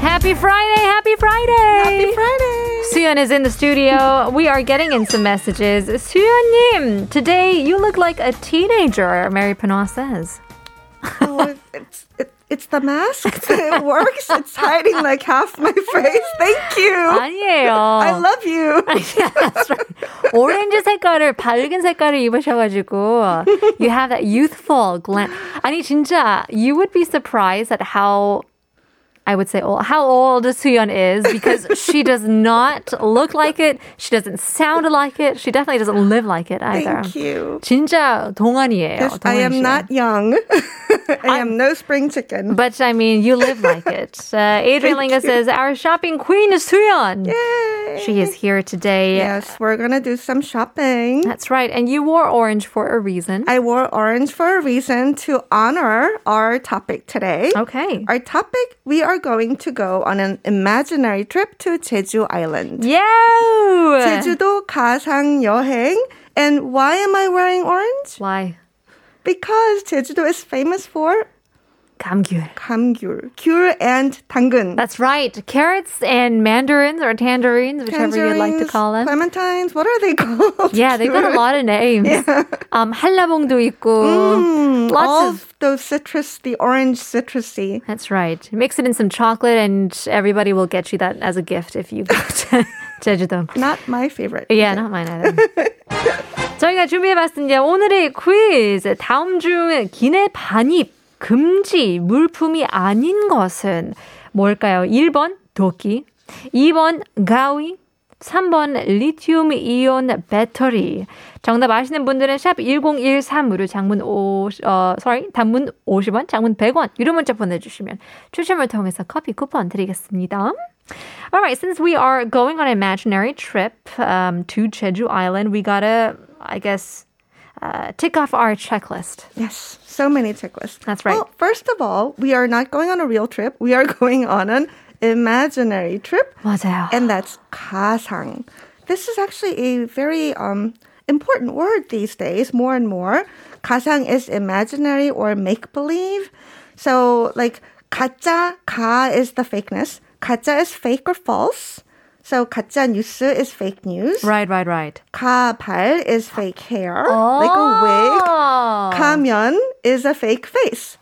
Happy Friday! Happy Friday! Friday. Suyun is in the studio. We are getting in some messages. Suyun님, today you look like a teenager, Mary Pinot says. Oh, it's, it, it's the mask. it works. It's hiding like half my face. Thank you. 아니에요. I love you. That's right. 오렌지 색깔을 밝은 색깔을 입으셔가지고 you have that youthful glance. 아니 진짜 you would be surprised at how I would say old, how old Suyeon is because she does not look like it. She doesn't sound like it. She definitely doesn't live like it either. Thank you. 진짜 동안이에요. Yes, I am 동안이시에요. not young. I am no spring chicken. But I mean, you live like it. Uh, Adrian Linga says, "Our shopping queen is Suyeon. Yay. She is here today. Yes, we're gonna do some shopping. That's right. And you wore orange for a reason. I wore orange for a reason to honor our topic today. okay. Our topic, we are going to go on an imaginary trip to Jeju Island. Yeah. 제주도 가상 여행. And why am I wearing orange? Why? Because 제주도 is famous for 감귤. 감귤, 귤 and 당근. That's right. Carrots and mandarins or tangerines, whichever you'd like to Tangerines, call them. Clementines, what are they called? Yeah, they got a lot of names. Um, 한라봉도 있고. lots Mm, All of. of those citrus, the orange citrusy. That's right. Mix it in some chocolate, and everybody will get you that as a gift if you go to 제주도. Not my favorite. Yeah, not mine either. 저희가 준비해봤습니다. 오늘의 퀴즈. 다음 중 기내 반입 금지 물품이 아닌 것은 뭘까요? 1번 도끼, 2번 가위, 3번 리튬 이온 배터리. 정답 아시는 분들은 샵 1013으로 장문 5 어, sorry, 단문 50원, 장문 100원 유료 문자 보내 주시면 추첨을 통해서 커피 쿠폰 드리겠습니다. All right, since we are going on an imaginary trip um, to Jeju Island, we gotta, I guess, uh, tick off our checklist. Yes, so many checklists. That's right. Well, first of all, we are not going on a real trip. We are going on an imaginary trip, 맞아요. and that's 가상. This is actually a very um, important word these days, more and more. 가상 is imaginary or make believe. So, like, 가짜, 가 is the fakeness. 가짜 is fake or false. So, 가짜 뉴스 is fake news. right, right, right. 가발 is fake hair, like a Oh. wig. Kamyon is a fake face.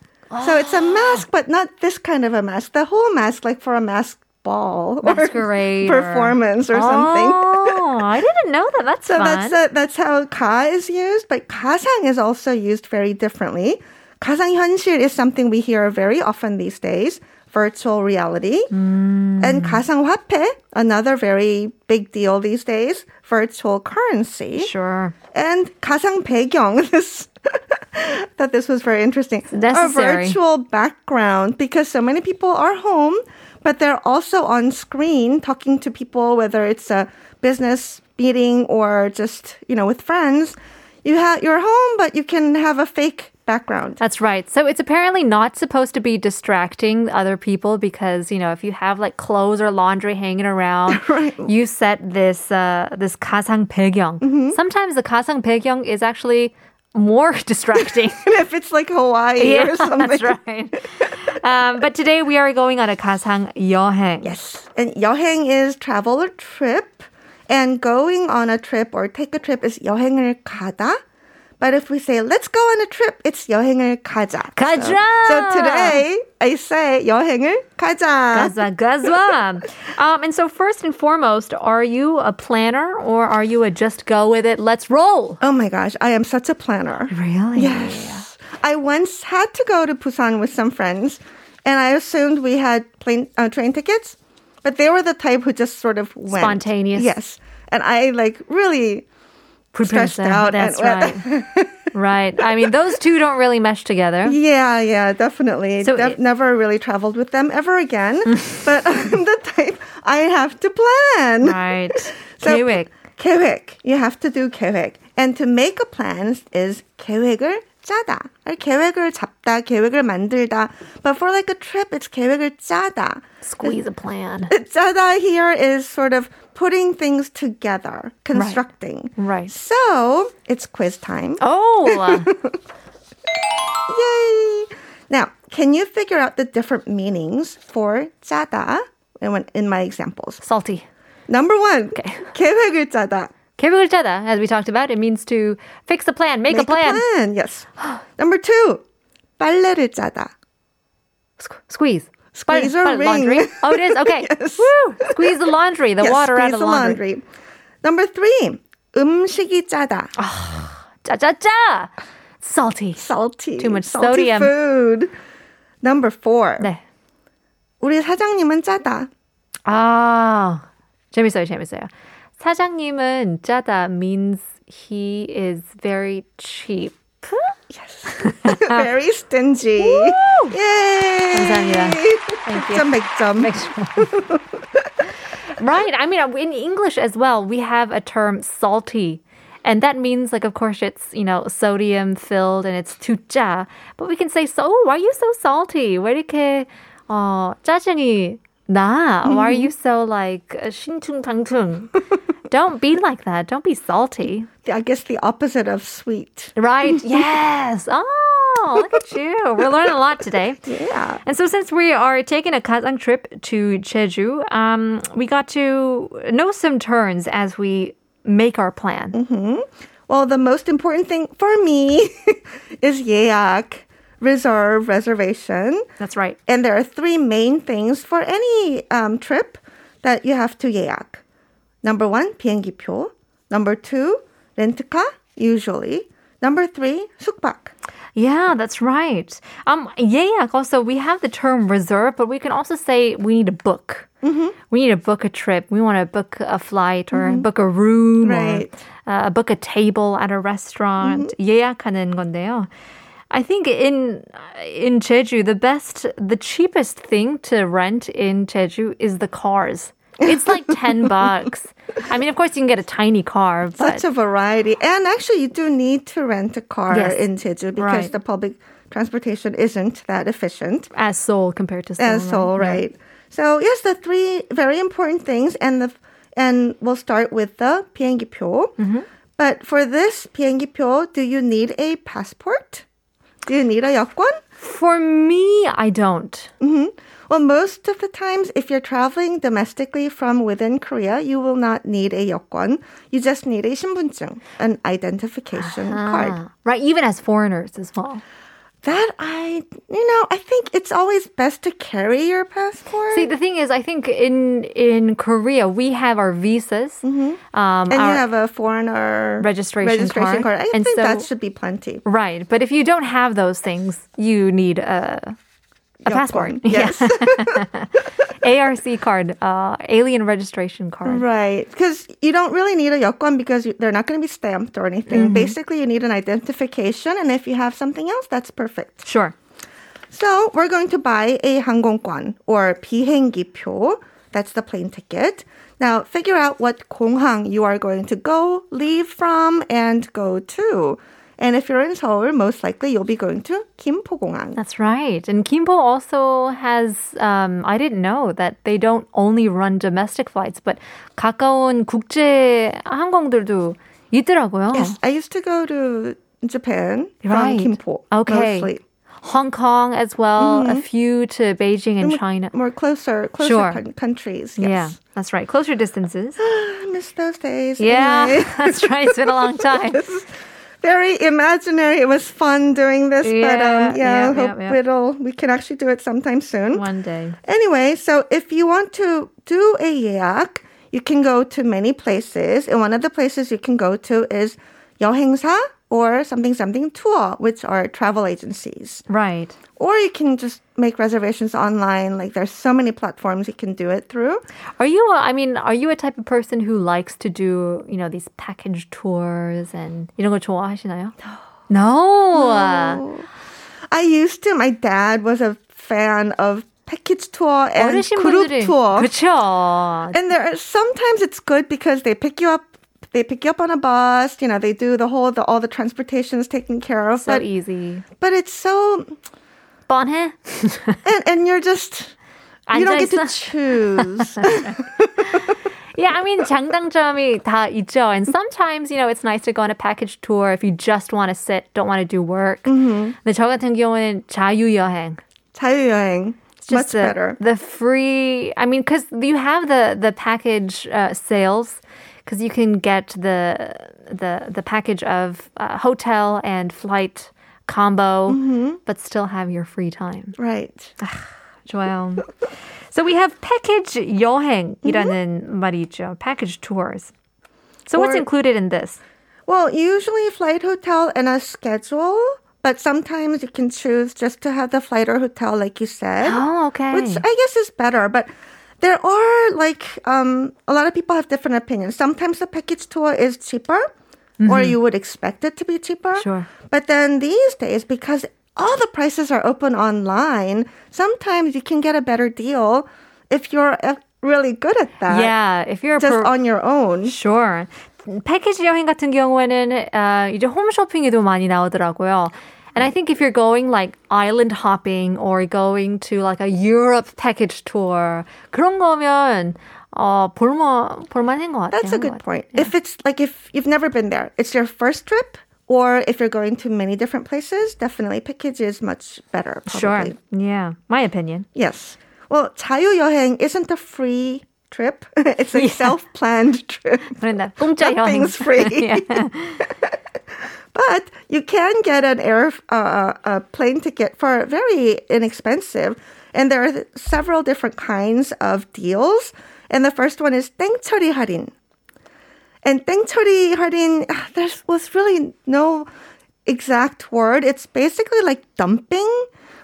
So it's a Ah. mask, but not this kind of a mask. The whole mask, like for a mask ball or Masquerade or- performance or something. Oh, I didn't know that. That's So fun. that's uh, that's how ka is used, but kasang is also used very differently. Kasang 현실 is something we hear very often these days, virtual reality. Mm. And kasang 화폐, another very big deal these days, virtual currency. sure. And 가상 배경. This thought this was very interesting. necessary. A virtual background because so many people are home, but they're also on screen talking to people, whether it's a business meeting or just you know with friends. You have you're home, but you can have a fake background. That's right. So it's apparently not supposed to be distracting other people because you know if you have like clothes or laundry hanging around, Right. you set this uh, this 가상 배경. Mm-hmm. Sometimes the 가상 배경 is actually more distracting. if it's like Hawaii or something. that's right. Um, but today we are going on a 가상 여행. Yes. And 여행 is travel or trip. And going on a trip or take a trip is 여행을 가다. But if we say, let's go on a trip, it's 여행을 가자. 가자! So, so today, I say 여행을 가자. Gazwa, gazwa. um, and so first and foremost, are you a planner or are you a just go with it? Let's roll. Oh my gosh, I am such a planner. Really? Yes. I once had to go to Busan with some friends, and I assumed we had plane, uh, train tickets, but they were the type who just sort of went. Spontaneous. Yes. And I like really Prepare Stretched out That's and- right. right. I mean, those two don't really mesh together. Yeah, yeah, definitely. So Def- it- never really traveled with them ever again. but I'm the type I have to plan. Right. So, Kiwik. 계획. You have to do 계획. And to make a plan is 계획을 짜다. Or 계획을 잡다, 계획을 만들다. But for like a trip, it's 계획을 짜다. Squeeze a plan. 짜다 here is sort of putting things together, constructing. Right. So it's quiz time. Oh, Yay! Now, can you figure out the different meanings for 짜다 in, one- in my examples. Salty. Number one, 계획을 짜다. 계획을 짜다, as we talked about, it means to fix the plan, make, a plan. Yes. Number two, 빨래를 짜다. Squ- squeeze. Squeeze or wring. laundry. Oh, it is? Okay. Yes. Woo! Squeeze the laundry, the Yes, water out squeeze of the laundry. Number three, 음식이 짜다. Ah, Cha cha cha! Salty. Salty. Too much salty sodium. food. Number four, 네. 우리 사장님은 짜다. 아, 재밌어요, 재밌어요. 사장님은 짜다 means he is very cheap. Very stingy. Yay! 감사합니다. Thank you. 100점, 100점. Right. I mean, in English as well, we have a term salty. And that means, like, of course, it's, you know, sodium filled and it's tucha. But we can say, so, oh, why are you so salty? 왜 이렇게, 어, 짜증이 나? Why are you so, like, uh, 신퉁탕퉁? Don't be like that. Don't be salty. I guess the opposite of sweet. Right. Yes. Oh, look at you. We're learning a lot today. Yeah. And so, since we are taking a Kazan trip to Jeju, um, we got to know some turns as we make our plan. Well, the most important thing for me is 예약, reserve, reservation. That's right. And there are three main things for any um, trip that you have to 예약. Number one, 비행기표. Number two, 렌트카, usually. Number three, 숙박. Yeah, that's right. Um, yeah. Also, we have the term reserve, but we can also say we need to book. Mm-hmm. We need to book a trip. We want to book a flight or book a room Right. Mm-hmm. or uh, book a table at a restaurant. 예약하는 건데요. I think in in Jeju, the best, the cheapest thing to rent in Jeju is the cars. It's like ten bucks. I mean, of course, you can get a tiny car, but Such a variety. And actually, you do need to rent a car Yes. in Jeju because Right. the public transportation isn't that efficient. as Seoul compared to Seoul, And so, right. So, yes, the three very important things, and the and we'll start with the 비행기표. But for this 비행기표, do you need a passport? Do you need a 여권? For me, I don't. Well, most of the times, if you're traveling domestically from within Korea, you will not need a 여권. You just need a 신분증, an identification card. Ah, Right, even as foreigners as well. That I, you know, I think it's always best to carry your passport. See, the thing is, I think in in Korea we have our visas, um, Mm-hmm. and our- you have a foreigner registration registration card. card. I And think that so- should be plenty. right? But if you don't have those things, you need a a passport, 여권. Yes. ARC card, uh, alien registration card. right. Because you don't really need a yokon because you, they're not going to be stamped or anything. Mm-hmm. Basically, you need an identification. And if you have something else, that's perfect. Sure. So we're going to buy a 항공권 or E 비행기표. That's the plane ticket. Now, figure out what 공항 you are going to go, leave from, and go to. And if you're in Seoul, most likely you'll be going to 김포공항. That's right. And Kimpo also has, um, I didn't know that they don't only run domestic flights, but 가까운 국제 항공들도 있더라고요. Yes, I used to go to Japan Right. from Gimpo. Okay. Mostly. Mm-hmm. Hong Kong as well, a few to Beijing and China. More closer, closer Sure. coun- countries. Mm-hmm. Yes. Yeah, that's right. Closer distances. I miss those days. Yeah, Anyway, that's right. It's been a long time. very imaginary. It was fun doing this, but um, Yeah, yeah, yeah, I hope yeah, yeah. it'll we can actually do it sometime soon. One day. Anyway, so if you want to do a yeak, you can go to many places, and one of the places you can go to is 여행사 or something something tour, which are travel agencies. Right. Or you can just make reservations online. Like there's so many platforms you can do it through. Are you, a- I mean, are you a type of person who likes to do, you know, these package tours and 이런 걸 좋아하시나요? No. No. I used to. My dad was a fan of package tour and 어르신 group 분들이 tour. 그렇죠. And there are sometimes it's good because they pick you up. They pick you up on a bus. You know they do the whole the all the transportation is taken care of. So but easy. but it's so 뻔해. and and you're just. You don't get to choose. Yeah, I mean, 장단점이 다 있죠. And sometimes, you know, it's nice to go on a package tour if you just want to Mm-hmm. sit, don't want to do work. 근데 저 같은 경우는 자유여행. 자유여행. It's just Much the, better. The free, I mean, because you have the the package uh, sales, because you can get the the the package of uh, hotel and flight combo, Mm-hmm. but still have your free time. Right. 좋아요. So we have package 여행이라는 말이 있죠. Package tours. So what's Mm-hmm. Or- included in this? Well, usually flight, hotel, and a schedule, but sometimes you can choose just to have the flight or hotel, like you said. Oh, okay. Which I guess is better, but there are like um, a lot of people have different opinions. Sometimes the package tour is cheaper, or you would expect it to be cheaper. Mm-hmm. Sure. But then these days, because all the prices are open online, sometimes you can get a better deal if you're uh, really good at that. yeah, if you're a Just pro- on your own. Sure. 패키지 여행 같은 경우에는 아, 이제 홈쇼핑에도 많이 나오더라고요. And I think if you're going like island hopping or going to like a Europe package tour 그런 거면 어 볼만 볼만한 것 같아요. That's a 한것 good 같아요. point. If it's like if you've never been there, it's your first trip, or if you're going to many different places, definitely package is much better. Sure. Probably. Yeah. My opinion. Yes. Well, 자유여행 isn't a free trip. it's a self-planned trip. 그런다. 공짜 여행. Nothing's free. But you can get an air uh, a plane ticket for very inexpensive, and there are several different kinds of deals. And the first one is 땡처리 할인. And 땡처리 할인, ah, there was really no exact word. It's basically like dumping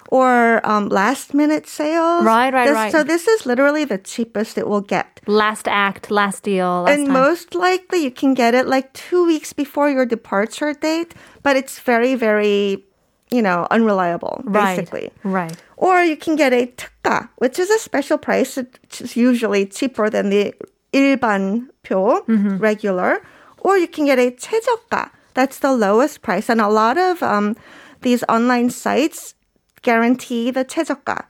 or um, last minute sales. Right, right, This- right. So this is literally the cheapest it will get. Last act, last deal. Last And time. most likely you can get it like two weeks before your departure date, but it's very, very, you know, unreliable, right. basically. Right. Or you can get a 특가, which is a special price. It's usually cheaper than the 일반표, Mm-hmm. regular. Or you can get a 최저가. That's the lowest price. And a lot of um, these online sites guarantee the 최저가.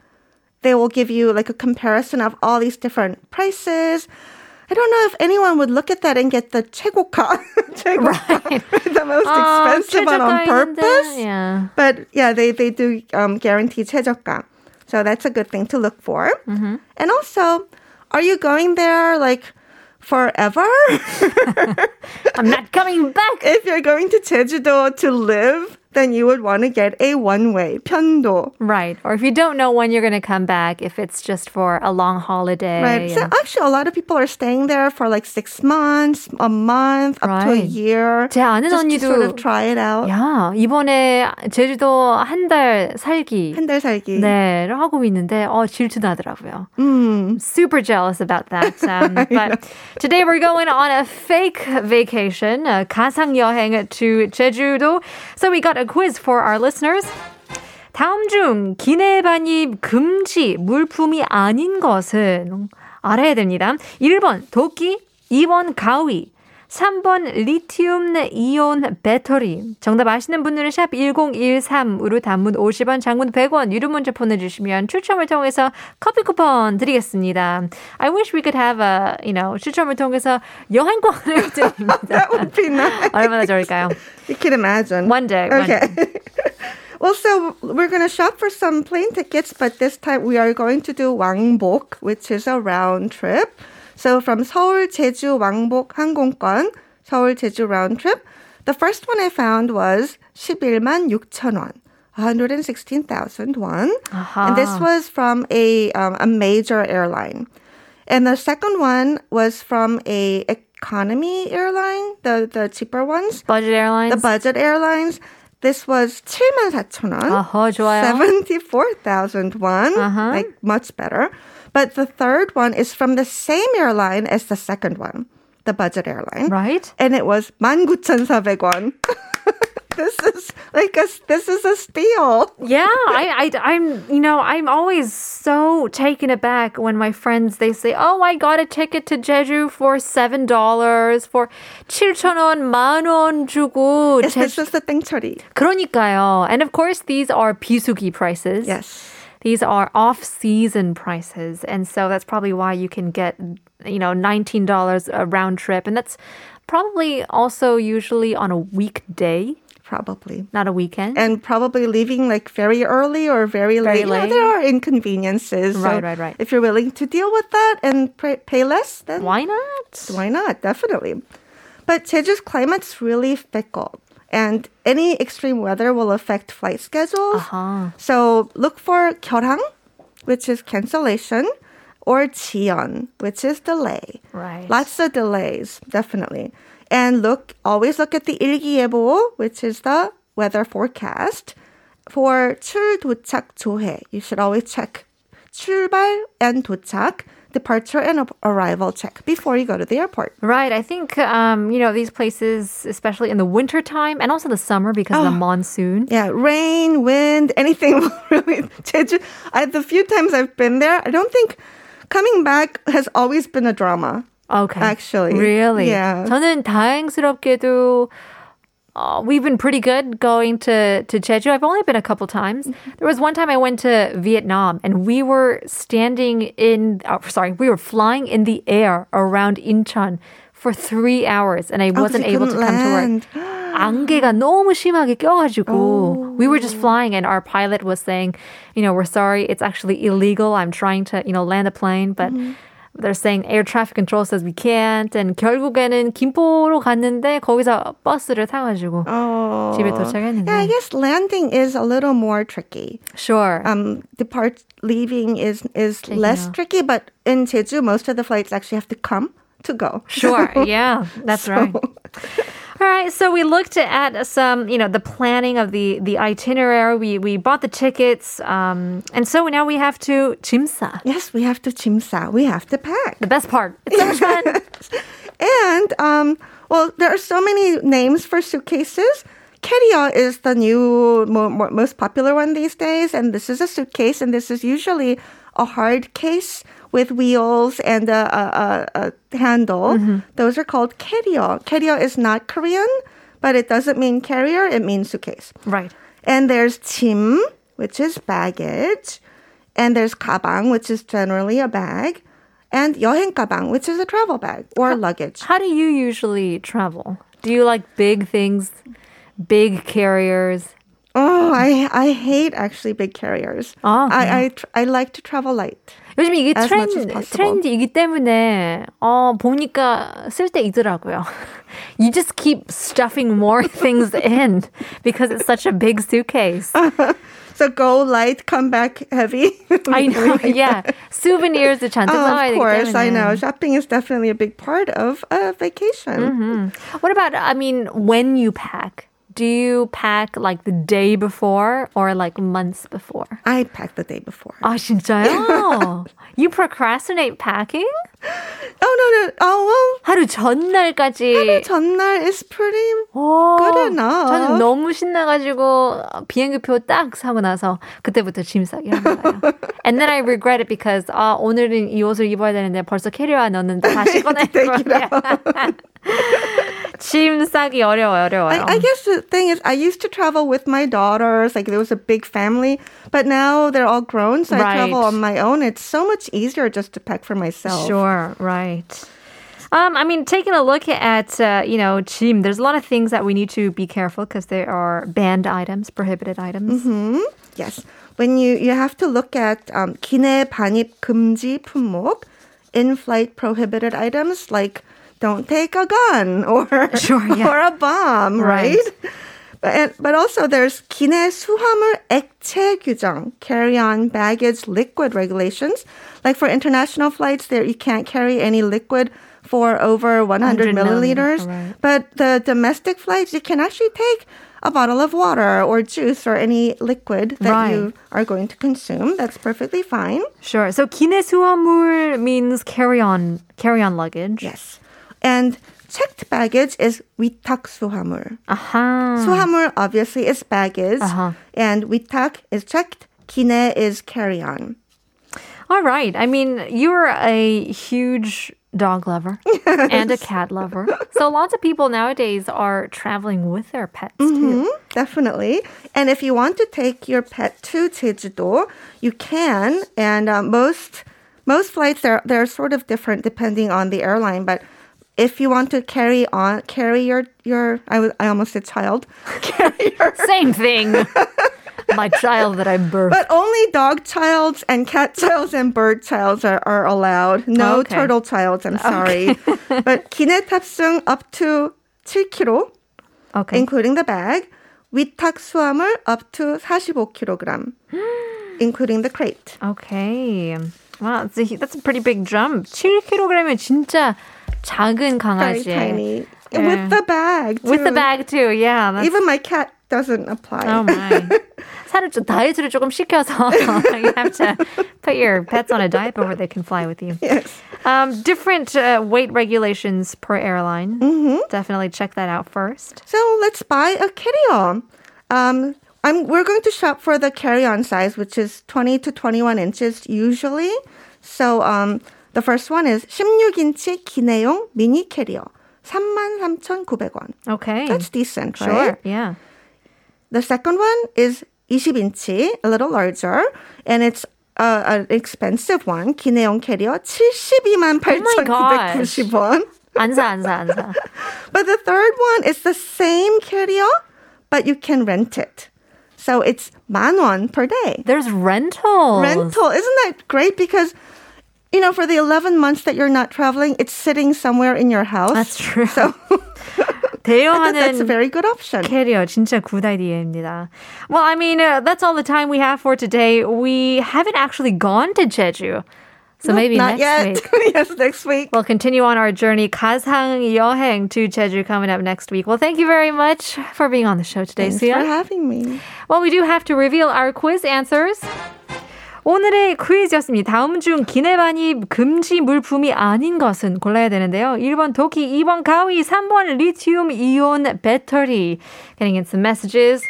They will give you like a comparison of all these different prices. I don't know if anyone would look at that and get the 최고가, 최고가 the most 아, expensive one on 최저가인데, purpose. Yeah. But yeah, they, they do um, guarantee 최저가. So that's a good thing to look for. Mm-hmm. And also, are you going there like forever? I'm not coming back. if you're going to Jeju-do to live, then you would want to get a one-way 편도. Right. Or if you don't know when you're going to come back, if it's just for a long holiday. Right. So and- actually, a lot of people are staying there for like six months, a month, up to a Right. year. 제 아는 just to sort 언니도- of try it out. 야, 이번에 제주도 한 달 살기. 한 달 살기. 네를 하고 있는데 어 질투나더라고요. I'm Super jealous about that. Um, but today we're going on a fake vacation, a 가상 여행 to 제주도. So we got a quiz for our listeners. 다음 중 기내반입 금지 물품이 아닌 것은 알아야 됩니다. 1번 도끼, 2번 가위, 3번 리튬 이온 배터리. 정답 아시는 분들은 샵 1013으로 단문 50원, 장문 100원 유료 문자 보내주시면 추첨을 통해서 커피 쿠폰 드리겠습니다. I wish we could have a, you know, 추첨을 통해서 여행권을 드립니다. That would be nice. 얼마나 좋을까요? You can imagine. One day. one day. Okay. well, so we're going to shop for some plane tickets, but this time we are going to do 왕복, which is a round trip. So from 서울 제주 왕복 항공권, 서울 제주 round trip. The first one I found was 11만 6천 원. 116,000 won. And this was from a, um, a major airline. And the second one was from a economy airline, the, the cheaper ones. Budget airlines. The budget airlines. This was 74,000원. 어허, Uh-huh, 좋아요. Uh-huh. 74,000 won. Like much better. But the third one is from the same airline as the second one, the budget airline. right? And it was 19,400 won. this is like a this is a steal. Yeah, I, I, am you know, I'm always so taken aback when my friends they say, "Oh, I got a ticket to Jeju for seven dollars, for 7천 원, 만원 주고." Yes, 제- this is the 땡처리. 그러니까요. And of course, these are 비수기 prices. Yes. These are off-season prices, and so that's probably why you can get, you know, nineteen dollars a round trip, and that's probably also usually on a weekday. probably. Not a weekend. And probably leaving like very early or very, Very late. You know, late. there are inconveniences. So Right, right, right. If you're willing to deal with that and pay, pay less, then Why not? why not? Definitely. But Jeju's climate's really fickle, and any extreme weather will affect flight schedules. Uh-huh. So look for 결항, which is cancellation, or 지연, which is delay. Right. Lots of delays, definitely. And look, always look at the 일기예보, which is the weather forecast. For 출, 도착, 조회, you should always check 출발 and 도착, departure and arrival check before you go to the airport. Right. I think, um, you know, these places, especially in the wintertime and also the summer because of the Oh. monsoon. Yeah, rain, wind, anything will really. Jeju, I, the few times I've been there, I don't think coming back has always been a drama. Okay. Actually, Really? yeah. 저는 다행스럽게도 uh, we've been pretty good going to, to Jeju. I've only been a couple times. Mm-hmm. There was one time I went to Vietnam and we were standing in, oh, sorry, we were flying in the air around Incheon for three hours and I wasn't Oh, you able to couldn't come to work. land. 안개가 너무 심하게 껴가지고 we were just flying and our pilot was saying, you know, we're sorry, it's actually illegal. I'm trying to, you know, land a plane, but they're saying air traffic control says we can't. And 결국에는 김포로 갔는데 거기서 버스를 타가지고 Oh. 집에 도착했는데. Yeah, I guess landing is a little more tricky. sure. Um, depart leaving is is less tricky, but in Jeju, most of the flights actually have to come to go. Sure. Yeah, that's right. All right. So we looked at some, you know, the planning of the the itinerary. We we bought the tickets, um, and so now we have to 짐싸. Yes, we have to chimsa. We have to pack. The best part. It's so much fun. And um, well, there are so many names for suitcases. Carry-on is the new mo- mo- most popular one these days, and this is a suitcase, and this is usually a hard case with wheels and a, a, a, a handle. Those are called carry-on. Carry-on is not Korean, but it doesn't mean carrier; it means suitcase. right. And there's 짐, which is baggage. And there's 가방, which is generally a bag. And 여행 가방, which is a travel bag or luggage. How do you usually travel? Do you like big things, big carriers? Oh, I I hate actually big carriers. Ah, I I, tr- I like to travel light. 요즘 이게 As much 트렌드, as possible. 트렌드이기 때문에 어 보니까 쓸 때 있더라고요. You just keep stuffing more things in because it's such a big suitcase. So go light, come back heavy. Oh, I know, yeah. Souvenirs 잔뜩 of 나와야 되기 course, I 때문에. know. Shopping is definitely a big part of a vacation. Mm-hmm. What about, I mean, when you pack? Do you pack like the day before or like months before? I packed the day before. 아 진짜요? you procrastinate packing? Oh no no! Oh 하루 전날까지. well, 전날 is pretty 오, good enough. 저는 너무 신나가지고 비행기표 딱 사고 나서 그때부터 짐 싸기 한 거예요. And then I regret it because 아 오늘은 이 옷을 입어야 되는데 벌써 캐리어에 넣었는데 다시 꺼내. 짐 싸기 어려워요, 어려워요. I, I guess the thing is, I used to travel with my daughters. Like there was a big family, but now they're all grown, so Right. I travel on my own. It's so much easier just to pack for myself. Sure, right. Um, I mean, taking a look at, uh, you know, gym, there's a lot of things that we need to be careful because there are banned items, prohibited items. Yes, when you you have to look at um, 기내 반입 금지 품목, in-flight prohibited items like don't take a gun or Sure, yeah. or a bomb, Right. right? But, and- but also there's 기내 수화물 액체 규정, carry-on baggage liquid regulations. Like for international flights, there you can't carry any liquid for over 100 100 milliliter, milliliters. right. But the domestic flights, you can actually take a bottle of water or juice or any liquid that Right. you are going to consume. That's perfectly fine. Sure. So 기내 수화물 means carry on, carry on luggage. Yes. And checked baggage is 위탁 수화물. Aha. Suhamur obviously is baggage, Uh-huh. and witak is checked. Kine is carry on. All right. I mean, you're a huge dog lover and a cat lover. So lots of people nowadays are traveling with their pets Mm-hmm. too. Definitely. And if you want to take your pet to Jeju-do, you can. And uh, most most flights they're they're sort of different depending on the airline, but if you want to carry on, carry your your. I, was, I almost said child. carry your. Same thing. My child that I birthed. But only dog childs and cat childs and bird childs are, are allowed. No Okay. turtle childs. I'm sorry. but 기내 탑승 up to 7kg, okay. including the bag. 위탁 수화물 up to 45kg, including the crate. Okay. Wow, that's a, hu- that's a pretty big jump. 7kg이면 진짜 작은 Very 강아지. tiny. Yeah. With the bag. With the too. bag too. Yeah. That's, Even my cat doesn't apply. oh my. 살을 좀 다이어트를 조금 시켜서 you have to put your pets on a diet before they can fly with you. Yes. Um, different uh, weight regulations per airline. Mm-hmm. Definitely check that out first. So let's buy a carry-on. Um, I'm, we're going to shop for the carry-on size, which is 20 to 21 inches usually. So um, the first one is 16인치 기내용 미니 캐리어. 33,900원. Okay. That's decent, sure. right? Yeah. The second one is 20인치, a little larger, and it's uh, an expensive one. 기내용 캐리어 728,990원. 안사 안사 안사. But the third one is the same carrier, but you can rent it. So it's man won per day. There's rentals. Rental. Isn't that great? Because, you know, for the 11 months that you're not traveling, it's sitting somewhere in your house. That's true. So I think that's a 대여하는 very good option. 캐리어 진짜 굿 아이디어입니다. Well, I mean, uh, that's all the time we have for today. We haven't actually gone to Jeju. So maybe not next yet. week. yes, next week. We'll continue on our journey 가상 여행 to Jeju coming up next week. Well, thank you very much for being on the show today, Thanks Sia. for having me. Well, we do have to reveal our quiz answers. 오늘의 퀴즈였습니다. 다음 중 기내반입 금지 물품이 아닌 것은 골라야 되는데요. 1번 도끼, 2번 가위, 3번 리튬 이온 배터리. Getting in some messages.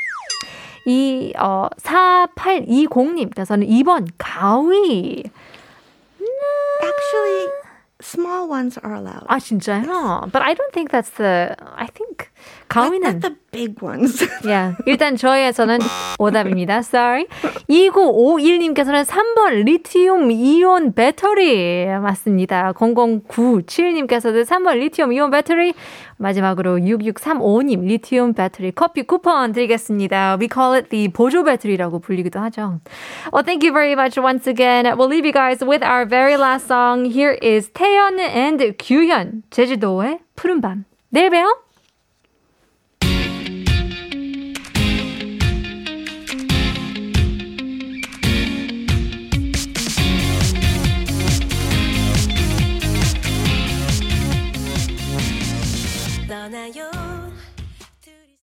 이, 어, 4820님께서는 2번 가위. 음, Actually, small ones are allowed. 아, 진짜요? But I don't think that's the, I think 가위는. Not the big ones. yeah. 일단 저희에서는 오답입니다. Sorry. 2951님께서는 3번 리튬 이온 배터리 맞습니다. 0097님께서도 3번 리튬 이온 배터리 마지막으로 6635님 리튬 배터리 커피 쿠폰 드리겠습니다. We call it the 보조 배터리라고 불리기도 하죠. Well, thank you very much once again. We'll leave you guys with our very last song. Here is 태연 and 규현 제주도의 푸른 밤. 내일 봬요. 떠나요